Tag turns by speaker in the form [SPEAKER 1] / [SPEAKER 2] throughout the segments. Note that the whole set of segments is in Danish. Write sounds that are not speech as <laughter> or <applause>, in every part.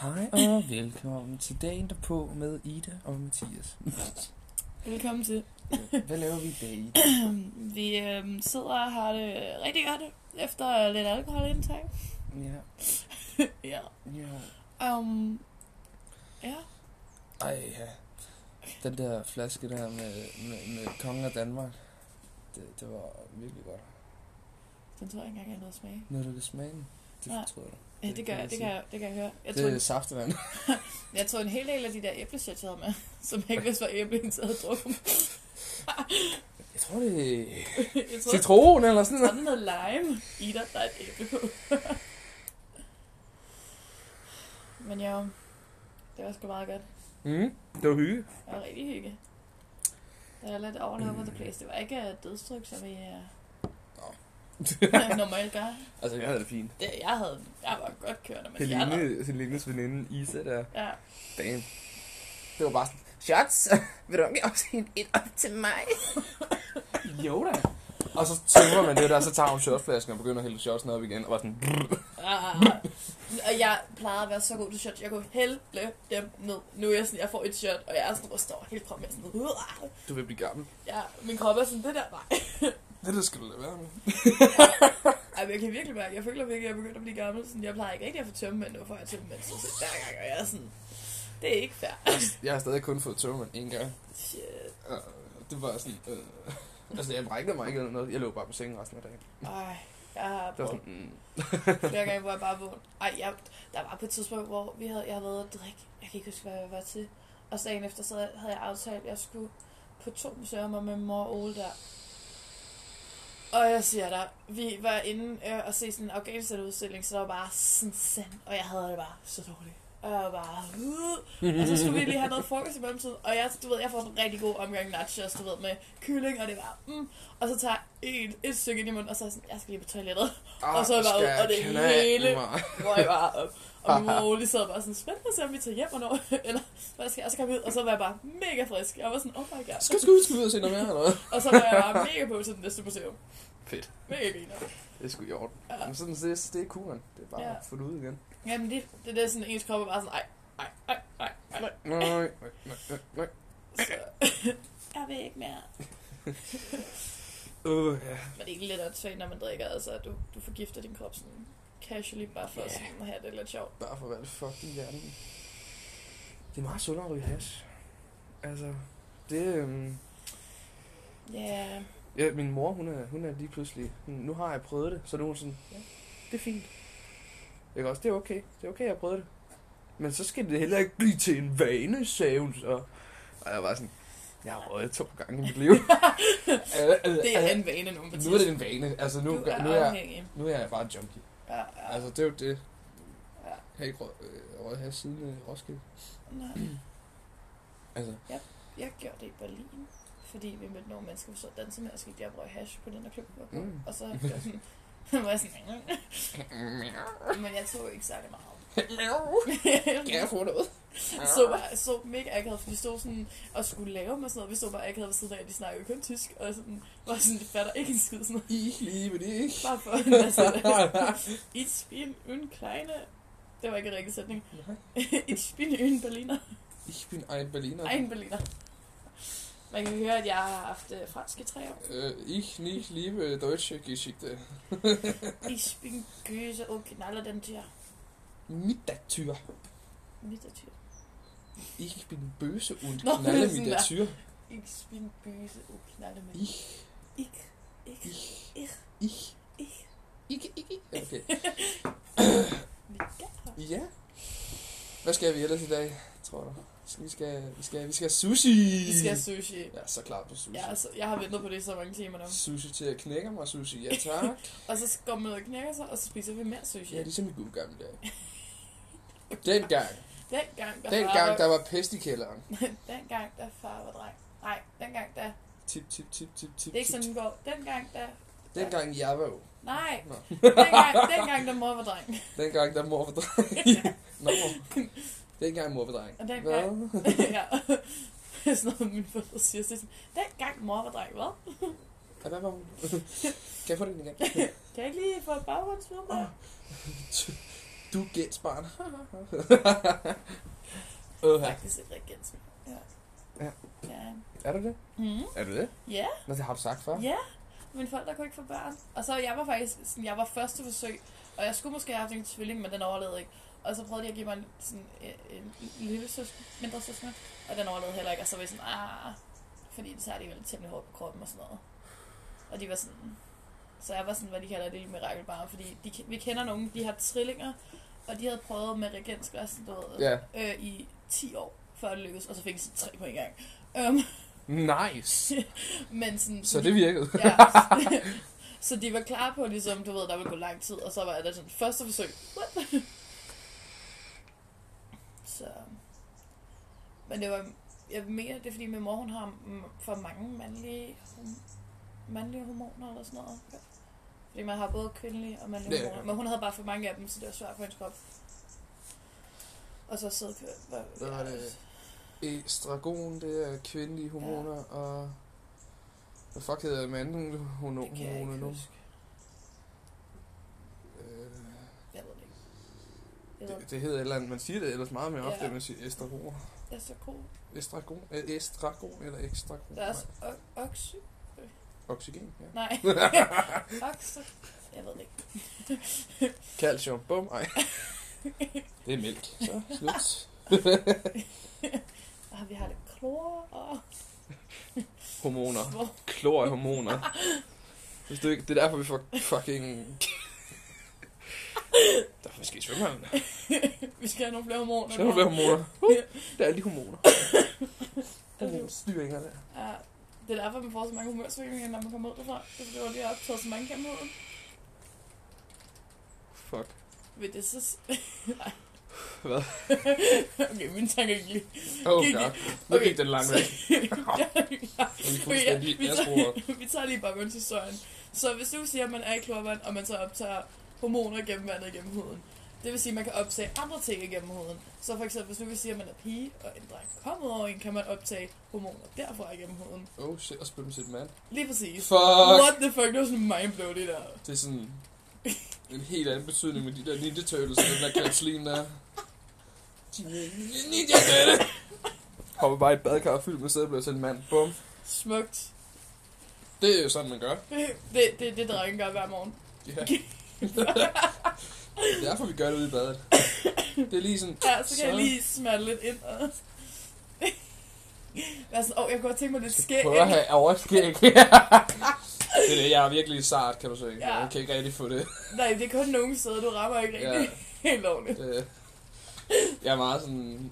[SPEAKER 1] Hej og velkommen til dagen derpå med Ida og Mathias.
[SPEAKER 2] Velkommen til.
[SPEAKER 1] Hvad laver vi i dag, Ida?
[SPEAKER 2] Vi øhm, sidder og har det rigtig godt efter lidt alkoholindtag.
[SPEAKER 1] Ja,
[SPEAKER 2] ja.
[SPEAKER 1] <laughs> ja.
[SPEAKER 2] Um, ja.
[SPEAKER 1] Ej, ja. Den der flaske der med, med, med kongen af Danmark, det, det var virkelig godt.
[SPEAKER 2] Den tror jeg ikke engang, jeg har noget smag.
[SPEAKER 1] Når du kan smage den, det
[SPEAKER 2] Nej.
[SPEAKER 1] fortryder du.
[SPEAKER 2] Ja,
[SPEAKER 1] Det
[SPEAKER 2] det,
[SPEAKER 1] kan
[SPEAKER 2] gør, jeg,
[SPEAKER 1] man
[SPEAKER 2] det,
[SPEAKER 1] sige.
[SPEAKER 2] kan jeg, det kan jeg høre. Jeg tror,
[SPEAKER 1] Det er
[SPEAKER 2] en,
[SPEAKER 1] saftevand.
[SPEAKER 2] jeg tror en hel del af de der æbleshots, jeg havde med, <laughs> som jeg ikke vidste var æblen, så havde
[SPEAKER 1] <laughs>
[SPEAKER 2] drukket med.
[SPEAKER 1] Jeg tror, det er
[SPEAKER 2] Jeg tror,
[SPEAKER 1] citron eller sådan
[SPEAKER 2] der er
[SPEAKER 1] noget.
[SPEAKER 2] noget lime i dig, der er et æble på. <laughs> Men ja, det var sgu meget godt.
[SPEAKER 1] Mm, det var hygge.
[SPEAKER 2] Det var rigtig hygge. Det var lidt all over the place. Det var ikke øh, dødstryk, som vi uh, <laughs> normalt gør.
[SPEAKER 1] Altså, jeg havde det fint.
[SPEAKER 2] Det, jeg, havde, jeg var godt kørende med hjertet.
[SPEAKER 1] Helene, Helenes veninde Isa der.
[SPEAKER 2] Ja,
[SPEAKER 1] Damn. Det var bare sådan, shots, <laughs> vil du ikke også hente et op til mig? jo da. Og så tømmer man det der, og så tager hun shotflasken og begynder at hælde shotsen op igen, og var sådan,
[SPEAKER 2] ah, og jeg plejede at være så god til shot. Jeg kunne hælde dem ned. Nu er jeg sådan, jeg får et shot, og jeg er sådan, og står helt frem med sådan, "Uah!"
[SPEAKER 1] du vil blive gammel.
[SPEAKER 2] ja, min krop er sådan, det der, nej.
[SPEAKER 1] Det der skal du lade være med.
[SPEAKER 2] Ej, men jeg kan virkelig mærke, jeg føler virkelig, at jeg er begyndt at blive gammel. Sådan, jeg plejer ikke rigtig at få tømme, nu får jeg tømme, så hver gang, og jeg er sådan, det er ikke fair.
[SPEAKER 1] Jeg har stadig kun fået tømmermand en gang.
[SPEAKER 2] Shit.
[SPEAKER 1] Og det var sådan, øh, altså jeg brækkede mig ikke eller noget, jeg lå bare på sengen resten af dagen.
[SPEAKER 2] Ej, jeg har
[SPEAKER 1] Det var
[SPEAKER 2] prøvet
[SPEAKER 1] sådan, mm,
[SPEAKER 2] Flere gange, hvor jeg bare vågnede. Ej, jeg, der var på et tidspunkt, hvor vi havde, jeg havde været at drikke. Jeg kan ikke huske, hvad jeg var til. Og så dagen efter så havde jeg aftalt, at jeg skulle på to museer med mor og Ole der. Og jeg siger dig, vi var inde øh, og se sådan en Afghanistan-udstilling, så der var bare sådan sand, og jeg havde det bare så dårligt. Og jeg var bare, uh, og så skulle vi lige have noget frokost i mellemtiden, og jeg, du ved, jeg får en rigtig god omgang nachos, du ved, med kylling, og det var, mm, og så tager jeg et, et stykke ind i munden, og så er jeg sådan, jeg skal lige på toilettet. Og så er jeg bare ud,
[SPEAKER 1] skal
[SPEAKER 2] og det
[SPEAKER 1] knalde
[SPEAKER 2] hele-
[SPEAKER 1] mig.
[SPEAKER 2] Hvor jeg var op. Og min mor og Ole sad bare sådan, spændende at se, om vi tager hjem og når, <laughs> eller hvad skal jeg, Og så kom jeg ud, og så var jeg bare mega frisk. Jeg var sådan, oh my god.
[SPEAKER 1] Skal, skal, vi- skal vi ud og se noget mere eller noget?
[SPEAKER 2] Og så var jeg bare mega på til den næste museum.
[SPEAKER 1] Fedt.
[SPEAKER 2] Mega griner.
[SPEAKER 1] Det er sgu i orden.
[SPEAKER 2] Ja.
[SPEAKER 1] Men sådan, det, det er kuren. Det er bare
[SPEAKER 2] Ja.
[SPEAKER 1] at få det ud igen.
[SPEAKER 2] Jamen det, det der sådan, ens krop er bare sådan, ej, ej, ej, ej, ej.
[SPEAKER 1] Nej, nej, nej, nej, nej.
[SPEAKER 2] Så, <laughs> jeg vil ikke mere.
[SPEAKER 1] Uh, ja.
[SPEAKER 2] Men det er ikke lidt åndssvagt, når man drikker, altså du, du forgifter din krop sådan casually, bare for
[SPEAKER 1] Ja.
[SPEAKER 2] yeah. sådan at have det lidt sjovt.
[SPEAKER 1] Bare for at være lidt fucked i verden. Det er meget sundere at ryge hash. Altså, det... Øhm,
[SPEAKER 2] Ja,
[SPEAKER 1] ja, min mor, hun er, hun er lige pludselig... Hun, nu har jeg prøvet det, så nu er hun sådan... Ja, det er fint. Ikke også? Det er okay. Det er okay, jeg har prøvet det. Men så skal det heller ikke blive til en vane, sagde hun så. Og jeg var sådan... Jeg har prøvet det to gange i mit <laughs> liv.
[SPEAKER 2] <laughs> det er en vane nu,
[SPEAKER 1] Altså, Nu er det en vane. Altså, nu,
[SPEAKER 2] Nu, du er
[SPEAKER 1] nu, er, jeg,
[SPEAKER 2] afhængig.
[SPEAKER 1] nu er jeg bare en junkie.
[SPEAKER 2] Ja, ja.
[SPEAKER 1] Altså, det er jo det.
[SPEAKER 2] Ja.
[SPEAKER 1] Jeg har ikke røget øh, røget hash siden øh, Roskilde.
[SPEAKER 2] Nej.
[SPEAKER 1] Altså,
[SPEAKER 2] Jeg gjorde det i Berlin, fordi vi mødte nogle mennesker, vi så dansede med, og så gik jeg og røg hash på den der klub, vi var på.
[SPEAKER 1] Mm.
[SPEAKER 2] Mm. Og så var jeg sådan, <laughs> var jeg sådan, "Mm." men jeg tog ikke særlig meget.
[SPEAKER 1] Kan
[SPEAKER 2] <laughs>
[SPEAKER 1] jeg få noget?
[SPEAKER 2] så bare så mega akavet, for de stod sådan og skulle lave mig sådan noget. Vi stod bare akavet ved siden af, og de snakkede kun tysk, og jeg sådan, var sådan, det fatter ikke en skid sådan noget. <laughs>
[SPEAKER 1] I liebe dich.
[SPEAKER 2] Bare for en <laughs> masse. Ich bin un kleine. Det var ikke en rigtig sætning. <laughs> Ich bin un berliner.
[SPEAKER 1] Ich bin ein Berliner.
[SPEAKER 2] Ej, en berliner. Man kan høre, at jeg har haft øh, fransk i tre år.
[SPEAKER 1] Äh, ich nicht liebe deutsche Geschichte.
[SPEAKER 2] Ich bin Göse og knaller den der.
[SPEAKER 1] Mit der Tür.
[SPEAKER 2] Mit der Tür.
[SPEAKER 1] Ich bin böse und
[SPEAKER 2] Noch
[SPEAKER 1] knalle
[SPEAKER 2] wissen
[SPEAKER 1] mit der
[SPEAKER 2] wir.
[SPEAKER 1] Tür.
[SPEAKER 2] Ich bin Göse og knaller med.
[SPEAKER 1] Ich,
[SPEAKER 2] Ik. Ik.
[SPEAKER 1] ich,
[SPEAKER 2] Ich.
[SPEAKER 1] ich,
[SPEAKER 2] Ich.
[SPEAKER 1] ich, ich, ich.
[SPEAKER 2] <laughs>
[SPEAKER 1] Okay.
[SPEAKER 2] Mit der.
[SPEAKER 1] Ja. Hvad skal vi ellers i dag, tror du? Vi skal, vi skal, vi skal have sushi.
[SPEAKER 2] Vi skal have sushi.
[SPEAKER 1] Jeg er så klar på sushi.
[SPEAKER 2] Ja, altså, jeg har ventet på det i så mange timer nu.
[SPEAKER 1] Sushi til at knække mig, sushi. Ja,
[SPEAKER 2] <laughs>
[SPEAKER 1] tak.
[SPEAKER 2] Og så går man ud og knækker sig, og så spiser vi mere sushi.
[SPEAKER 1] Ja, ligesom i gode gamle dage. Dengang,
[SPEAKER 2] Dengang, der far
[SPEAKER 1] dengang, der
[SPEAKER 2] var...
[SPEAKER 1] var pest i kælderen.
[SPEAKER 2] <laughs> dengang, der far var dreng. Nej, dengang, der...
[SPEAKER 1] Tip, tip, tip, tip, tip,
[SPEAKER 2] Det er ikke sådan,
[SPEAKER 1] tip.
[SPEAKER 2] den går. Dengang, der...
[SPEAKER 1] Dengang jeg var jo.
[SPEAKER 2] Nej,
[SPEAKER 1] Nå.
[SPEAKER 2] dengang, dengang, der mor var dreng.
[SPEAKER 1] Dengang der mor var
[SPEAKER 2] <laughs>
[SPEAKER 1] dreng. Nå, dengang mor var dreng.
[SPEAKER 2] Og dengang-
[SPEAKER 1] Hvad?
[SPEAKER 2] <laughs> ja. Sådan noget, mine forældre siger. Så er det sådan, dengang mor var dreng, hvad?
[SPEAKER 1] Ja, hvad var hun? <laughs>
[SPEAKER 2] <laughs>
[SPEAKER 1] kan jeg få den igen?
[SPEAKER 2] Kan jeg ikke lige få et baggrundsfilm der?
[SPEAKER 1] Du
[SPEAKER 2] <laughs>
[SPEAKER 1] gætsbarn.
[SPEAKER 2] Ja.
[SPEAKER 1] Åh,
[SPEAKER 2] Faktisk et regens. Ja.
[SPEAKER 1] Ja.
[SPEAKER 2] Ja.
[SPEAKER 1] er du det?
[SPEAKER 2] Mm.
[SPEAKER 1] Er du det?
[SPEAKER 2] ja.
[SPEAKER 1] Nå, det har du sagt før.
[SPEAKER 2] Ja. Mine forældre kunne ikke få børn. Og så jeg var faktisk sådan, jeg var første forsøg, og jeg skulle måske have haft en tvilling, men den overlevede ikke. Og så prøvede de at give mig en, sådan, en, en lille søsken, mindre søskende, og den overlevede heller ikke. Og så var jeg sådan, ah, fordi det tager de vel temmelig hårdt på kroppen og sådan noget. Og de var sådan, så jeg var sådan, hvad de kalder det, lille mirakelbarn, fordi de, vi kender nogen, de har trillinger, og de havde prøvet med regensgræsen, du ved,
[SPEAKER 1] Ja.
[SPEAKER 2] øh, i 10 år, før det lykkedes, og så fik de sådan tre på en gang. Um,
[SPEAKER 1] <laughs> Nice.
[SPEAKER 2] men sådan,
[SPEAKER 1] Så det virkede.
[SPEAKER 2] <laughs> Ja. så de var klar på, ligesom, du ved, der ville gå lang tid, og så var der sådan første forsøg. What? <laughs> så... Men det var... Jeg mener, det er fordi min mor, hun har mm, for mange mandlige, hom- mandlige hormoner eller sådan noget. Fordi man har både kvindelige og mandlige
[SPEAKER 1] Ja, ja.
[SPEAKER 2] hormoner. Men hun havde bare for mange af dem, så det var svært for hendes krop. Og så sædkød.
[SPEAKER 1] Hvad var det? Estragon, det er kvindelige hormoner, ja. og... Hvad fuck hedder det med anden hormon-
[SPEAKER 2] Det kan jeg
[SPEAKER 1] hormoner
[SPEAKER 2] ikke
[SPEAKER 1] nu?
[SPEAKER 2] huske.
[SPEAKER 1] Øh,
[SPEAKER 2] Jeg ved det ikke. Jeg ved det.
[SPEAKER 1] det, det hedder et eller andet. Man siger det ellers meget mere ofte,
[SPEAKER 2] Ja.
[SPEAKER 1] end man siger estragon.
[SPEAKER 2] Jeg er så god.
[SPEAKER 1] Estragon? Øh, Estragon eller ekstragon?
[SPEAKER 2] Der er også
[SPEAKER 1] Nej.
[SPEAKER 2] o- oxy.
[SPEAKER 1] Oxygen, ja. <laughs>
[SPEAKER 2] Nej. Oxy. Jeg ved det ikke.
[SPEAKER 1] Calcium, bum, ej. <laughs> det er mælk. Så, slut.
[SPEAKER 2] Ah, vi har lidt klor og
[SPEAKER 1] Hormoner.
[SPEAKER 2] svor.
[SPEAKER 1] Klor af hormoner. Hvis du ikke, det er derfor, vi får fucking... Derfor vi skal i svømmehallen.
[SPEAKER 2] Vi skal have nogle flere hormoner.
[SPEAKER 1] Så er der flere hormoner. Uh, der er alle de hormoner. Hormonstyringer der.
[SPEAKER 2] Ja, det er derfor, man får så mange humørsvingninger, når man kommer ud derfra. Det er fordi, man lige har optaget så mange gennem huden.
[SPEAKER 1] Fuck.
[SPEAKER 2] Vil det så... s- <laughs>
[SPEAKER 1] Hvad?
[SPEAKER 2] okay, mine tanker gik lige.
[SPEAKER 1] Oh
[SPEAKER 2] Gik-
[SPEAKER 1] god. Nu gik den langt væk.
[SPEAKER 2] <laughs>
[SPEAKER 1] Vi er fuldstændig
[SPEAKER 2] vi,
[SPEAKER 1] jazzbrugere.
[SPEAKER 2] tager, <laughs> vi tager lige baggrundshistorien. Så hvis du siger, at man er i klorvand, og man så optager hormoner gennem vandet gennem huden, det vil sige, at man kan optage andre ting igennem huden. Så for eksempel, hvis du vil sige, at man er pige, og en dreng kommer over en, kan man optage hormoner derfra igennem huden.
[SPEAKER 1] Oh shit, og spille dem til et mand.
[SPEAKER 2] Lige præcis.
[SPEAKER 1] Fuck.
[SPEAKER 2] What the fuck, det var sådan mindblow, det der.
[SPEAKER 1] Det er sådan en helt anden betydning med de der Ninja Turtles og den der Kathleen der. De er Ninja Turtles! Hopper bare i et badkar fyldt med sædeblad til en mand. Bum.
[SPEAKER 2] Smukt. <laughs>
[SPEAKER 1] Det er jo sådan, man gør.
[SPEAKER 2] Det, det, det drengen gør hver morgen.
[SPEAKER 1] Ja. det er derfor, vi gør det ude i badet. Det er lige sådan...
[SPEAKER 2] Ja, så kan jeg lige smalle lidt ind og... <laughs> Være sådan, åh, oh, jeg kunne godt tænke mig lidt skæg.
[SPEAKER 1] Prøv at have overskæg. det er det, jeg er virkelig sart, kan du se.
[SPEAKER 2] Ja.
[SPEAKER 1] Jeg kan ikke rigtig få det.
[SPEAKER 2] Nej, det er kun nogen steder, du rammer ikke
[SPEAKER 1] Ja.
[SPEAKER 2] rigtig <laughs> helt ordentligt.
[SPEAKER 1] Øh, jeg er meget sådan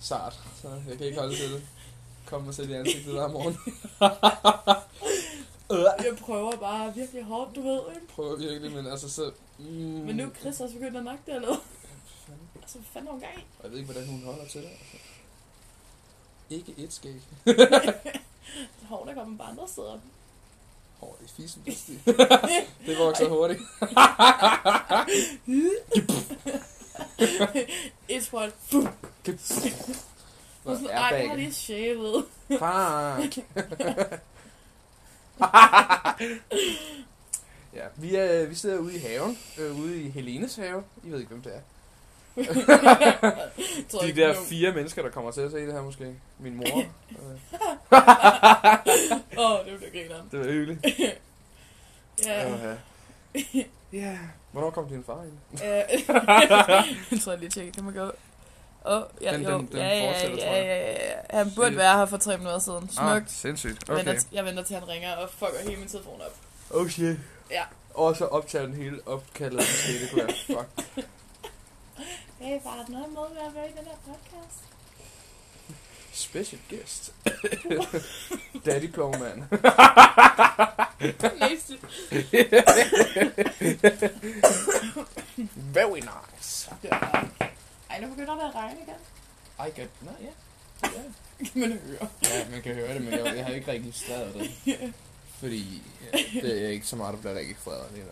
[SPEAKER 1] sart, så jeg kan ikke holde til det. Kom og sæt i ansigtet hver morgen.
[SPEAKER 2] Jeg prøver bare virkelig hårdt, du ved, ikke?
[SPEAKER 1] Prøver virkelig, men altså så... Mm,
[SPEAKER 2] Men nu er Chris også begyndt at nakke det, eller hvad? Altså, hvad fanden er hun gang i?
[SPEAKER 1] Og Jeg ved ikke, hvordan hun holder til det. Altså. Ikke et skæg.
[SPEAKER 2] Hår, der kommer bare andre steder. <laughs>
[SPEAKER 1] Hår i fisen, hvis det Det vokser hurtigt.
[SPEAKER 2] Et spot. Bum.
[SPEAKER 1] Det
[SPEAKER 2] Og sådan, Ej, jeg har lige shavet. <laughs>
[SPEAKER 1] Fuck. <laughs> ja, vi, er, vi sidder ude i haven. Øh, ude i Helenes have. I ved ikke, hvem det er.
[SPEAKER 2] Tror
[SPEAKER 1] De
[SPEAKER 2] ikke,
[SPEAKER 1] der
[SPEAKER 2] nogen-
[SPEAKER 1] fire mennesker, der kommer til at se det her måske. Min <laughs> mor. Øh,
[SPEAKER 2] Åh, oh, det bliver grineren.
[SPEAKER 1] det var hyggeligt.
[SPEAKER 2] Ja.
[SPEAKER 1] Ja. ja. Hvornår kom din far ind? <laughs>
[SPEAKER 2] Øh, jeg tror jeg lige tjekker, det må gå. Åh, ja,
[SPEAKER 1] Den-
[SPEAKER 2] jo.
[SPEAKER 1] den- den
[SPEAKER 2] ja, ja,
[SPEAKER 1] fortsætter, tror
[SPEAKER 2] ja,
[SPEAKER 1] jeg.
[SPEAKER 2] ja, ja, ja. Han burde
[SPEAKER 1] Shit.
[SPEAKER 2] være her for tre minutter siden. Smukt.
[SPEAKER 1] sindssygt.
[SPEAKER 2] Ah, Okay.
[SPEAKER 1] Okay.
[SPEAKER 2] Venter, jeg venter til, han ringer og fucker hele min telefon op.
[SPEAKER 1] Oh shit.
[SPEAKER 2] Ja.
[SPEAKER 1] Og så optager den hele opkaldet. Måske det kunne være fuck.
[SPEAKER 2] Hey, far, er der noget måde at være i den her podcast?
[SPEAKER 1] Special guest. <laughs> Daddy Klogman.
[SPEAKER 2] Næste.
[SPEAKER 1] Very nice.
[SPEAKER 2] Ej, nu begynder det at regne igen.
[SPEAKER 1] I got... Nå, ja. Ja.
[SPEAKER 2] Kan man høre.
[SPEAKER 1] Ja, man kan høre det, men jeg, jeg har ikke registreret det. Fordi ja, det er ikke så meget, der bliver registreret lige nu.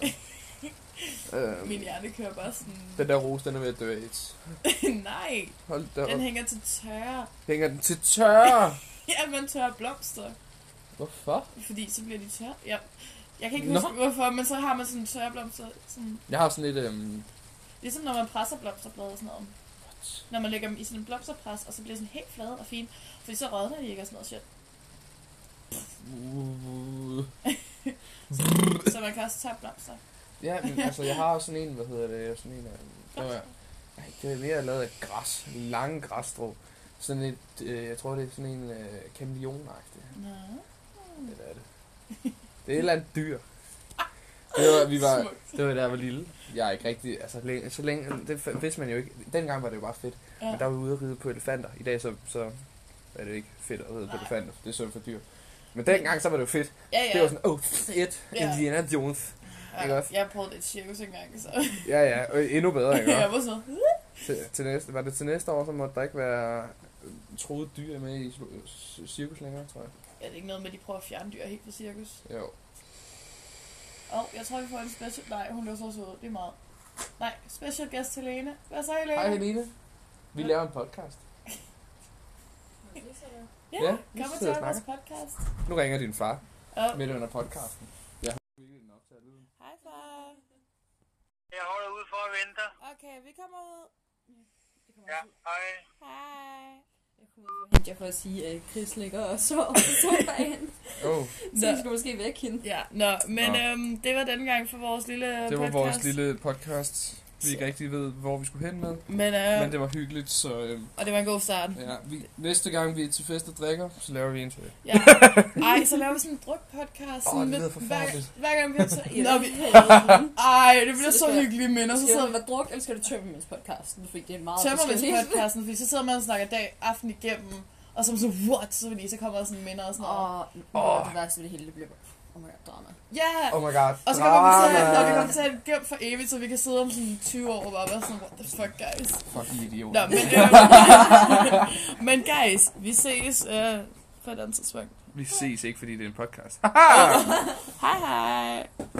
[SPEAKER 2] Min
[SPEAKER 1] Øhm,
[SPEAKER 2] hjerne kører bare sådan...
[SPEAKER 1] den der rose, den er ved at dø af AIDS.
[SPEAKER 2] <laughs> Nej,
[SPEAKER 1] Hold da
[SPEAKER 2] den
[SPEAKER 1] op.
[SPEAKER 2] hænger til tørre. <laughs>
[SPEAKER 1] Hænger den til tørre.
[SPEAKER 2] Ja, man tørrer blomster.
[SPEAKER 1] Hvorfor?
[SPEAKER 2] Fordi så bliver de tørre. Ja. Jeg kan ikke
[SPEAKER 1] Nå.
[SPEAKER 2] huske, hvorfor, men så har man sådan tørre blomster. Sådan...
[SPEAKER 1] <laughs> Jeg har sådan lidt... Øhm,
[SPEAKER 2] Ligesom når man presser blomsterblade og sådan noget.
[SPEAKER 1] What?
[SPEAKER 2] Når man lægger dem i sådan en blomsterpres, og så bliver de sådan helt flade og fine. Fordi så rådner de ikke og sådan noget shit.
[SPEAKER 1] Uh.
[SPEAKER 2] Så man kan også tage blomster.
[SPEAKER 1] Ja, men altså, jeg har også sådan en, hvad hedder det, sådan en øhm, af... Det var,
[SPEAKER 2] Blomster.
[SPEAKER 1] ej, det er mere lavet af græs, lange græsstrå. Sådan et, øh, jeg tror, det er sådan en øh, kameleon-agtig.
[SPEAKER 2] Nå. Mm.
[SPEAKER 1] Eller er det? Det er et eller andet dyr. Det var, vi var,
[SPEAKER 2] Smukt.
[SPEAKER 1] det var da jeg var lille. Jeg er ikke rigtig, altså længe, så længe, det f- vidste man jo ikke. Dengang var det jo bare fedt.
[SPEAKER 2] Ja.
[SPEAKER 1] Men der var vi ude at ride på elefanter. I dag så, så er det jo ikke fedt at ride på
[SPEAKER 2] Nej.
[SPEAKER 1] elefanter, for det er synd for dyr. Men dengang så var det jo fedt.
[SPEAKER 2] Ja, ja.
[SPEAKER 1] Det var sådan, oh, fedt,
[SPEAKER 2] Ja.
[SPEAKER 1] Indiana Jones. ikke
[SPEAKER 2] ja.
[SPEAKER 1] også?
[SPEAKER 2] Jeg prøvede et cirkus engang, så...
[SPEAKER 1] Ja, ja, og endnu bedre, ikke?
[SPEAKER 2] <laughs> jeg
[SPEAKER 1] også?
[SPEAKER 2] var sådan...
[SPEAKER 1] til, til næste, var det til næste år, så måtte der ikke være øh, troede dyr med i slu- s- cirkus længere, tror jeg.
[SPEAKER 2] Er det ikke noget med, at de prøver at fjerne dyr helt fra cirkus?
[SPEAKER 1] Jo.
[SPEAKER 2] Og jeg tror, vi får en special... Nej, hun er så sød. Det er meget. Nej, special guest til Lene. Hvad så, Helene?
[SPEAKER 1] Hej Helene. Vi laver en podcast.
[SPEAKER 2] Ja,
[SPEAKER 1] Ja,
[SPEAKER 2] ja
[SPEAKER 1] vi
[SPEAKER 2] kom og
[SPEAKER 1] sidder
[SPEAKER 2] til
[SPEAKER 1] og
[SPEAKER 2] vores podcast.
[SPEAKER 1] Nu ringer din far
[SPEAKER 2] Og
[SPEAKER 1] midt under podcasten. Jeg har virkelig den optaget lyden.
[SPEAKER 2] hej, far.
[SPEAKER 3] Jeg holder ude for at vente.
[SPEAKER 2] Okay, vi kommer ud.
[SPEAKER 3] Ja, hej.
[SPEAKER 2] Hej.
[SPEAKER 4] Jeg kom ud for at hente jer for at sige, at Chris ligger og sover på sofaen.
[SPEAKER 1] Oh,
[SPEAKER 4] Så
[SPEAKER 2] Nå.
[SPEAKER 4] vi skal måske vække hende.
[SPEAKER 2] Ja, nå, men
[SPEAKER 1] Nå.
[SPEAKER 2] Øhm, det var den gang for vores lille øh,
[SPEAKER 1] det var
[SPEAKER 2] podcast.
[SPEAKER 1] vores lille podcast. Vi ikke rigtig ved, hvor vi skulle hen med.
[SPEAKER 2] Men, øh,
[SPEAKER 1] Men det var hyggeligt, så øh,
[SPEAKER 2] Og det var en god start.
[SPEAKER 1] ja, vi, næste gang vi er til fest og drikker, så laver vi en til.
[SPEAKER 2] Ja. Ej, så laver vi sådan en drukpodcast.
[SPEAKER 1] Åh,
[SPEAKER 2] sådan
[SPEAKER 1] det
[SPEAKER 2] lidt-
[SPEAKER 1] lyder forfærdeligt.
[SPEAKER 2] Hver, hver gang vi har
[SPEAKER 1] <laughs>
[SPEAKER 2] så...
[SPEAKER 4] <laughs> Ja.
[SPEAKER 2] Nå, vi... Ej, det bliver så hyggelige minder. Så
[SPEAKER 4] Skal
[SPEAKER 2] sidder
[SPEAKER 4] du være druk, eller skal du tømme mens podcasten? Fordi det er meget
[SPEAKER 2] tømmer med
[SPEAKER 4] forskelligt.
[SPEAKER 2] podcasten, fordi så sidder man og snakker dag aften igennem, og så er man så, what, så, fordi, så kommer der sådan minder og sådan noget.
[SPEAKER 4] Og oh. det værste ved det hele, det bliver bare... Oh my god, drama.
[SPEAKER 2] Ja, yeah.
[SPEAKER 1] Oh my god.
[SPEAKER 2] og så kommer vi til at, og vi
[SPEAKER 1] Drama.
[SPEAKER 2] kommer til at have det gemt for evigt, så vi kan sidde om sådan 20 år og bare være sådan, what the fuck, guys.
[SPEAKER 1] Fuck, I
[SPEAKER 2] Nå,
[SPEAKER 1] idioter.
[SPEAKER 2] men, øh, men guys, vi ses øh, på et andet tidspunkt.
[SPEAKER 1] Vi ses ikke, fordi det er en podcast.
[SPEAKER 2] Hej hej.